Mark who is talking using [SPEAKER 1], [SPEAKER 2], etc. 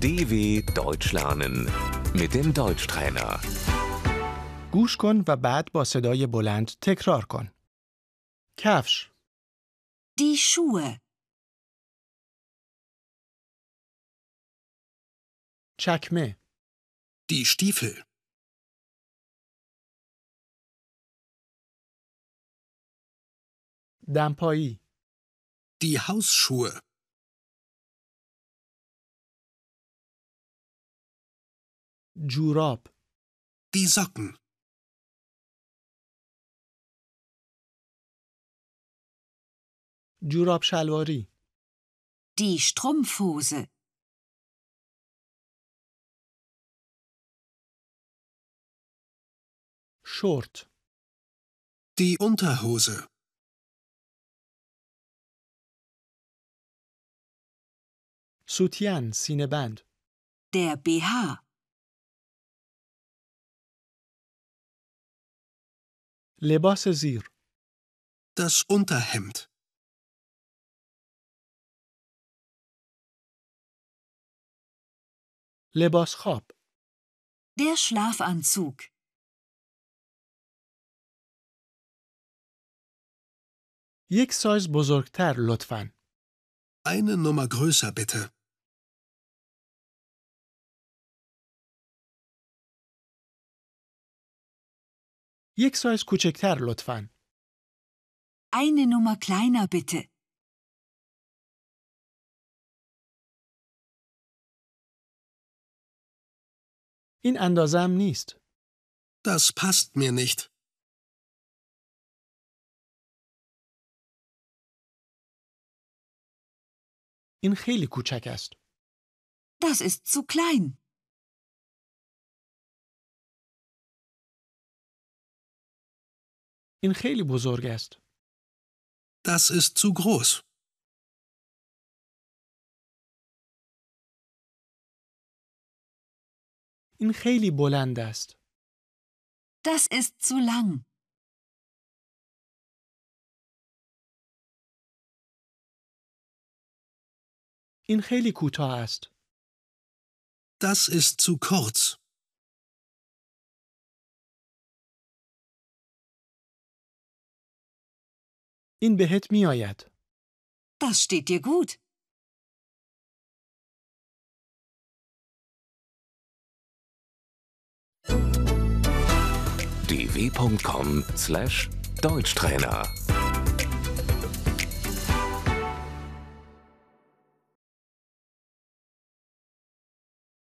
[SPEAKER 1] DW Deutsch lernen mit dem Deutschtrainer.
[SPEAKER 2] گوش کن و بعد با صدای بلند تکرار کن. کفش،
[SPEAKER 3] Die Schuhe,
[SPEAKER 2] چکمه،
[SPEAKER 4] Die Stiefel.
[SPEAKER 2] دمپایی،
[SPEAKER 4] Die Hausschuhe.
[SPEAKER 2] جوراب،
[SPEAKER 4] Die Socken.
[SPEAKER 2] جوراب شلواری،
[SPEAKER 3] die Strumpfhose,
[SPEAKER 2] شورت،
[SPEAKER 4] Die Unterhose.
[SPEAKER 2] سوتین، سینه بند،
[SPEAKER 3] der BH,
[SPEAKER 2] لباس زیر،
[SPEAKER 4] Das Unterhemd.
[SPEAKER 2] لباس خواب،
[SPEAKER 3] der Schlafanzug,
[SPEAKER 2] یک سایز بزرگتر لطفاً.
[SPEAKER 4] Eine Nummer größer bitte.
[SPEAKER 2] یک سایز کوچکتر لطفاً.
[SPEAKER 3] eine Nummer kleiner bitte.
[SPEAKER 2] این اندازم نیست.
[SPEAKER 4] Das passt mir nicht.
[SPEAKER 2] این خیلی کوچک است.
[SPEAKER 3] Das ist zu klein.
[SPEAKER 2] این خیلی بزرگ است.
[SPEAKER 4] Das ist zu groß.
[SPEAKER 2] این خیلی بلند است.
[SPEAKER 3] Das ist zu lang.
[SPEAKER 2] این خیلی کوتاه است.
[SPEAKER 4] Das ist zu kurz.
[SPEAKER 2] این بهت میآید.
[SPEAKER 3] Das steht dir gut.
[SPEAKER 1] dw.com/deutschtrainer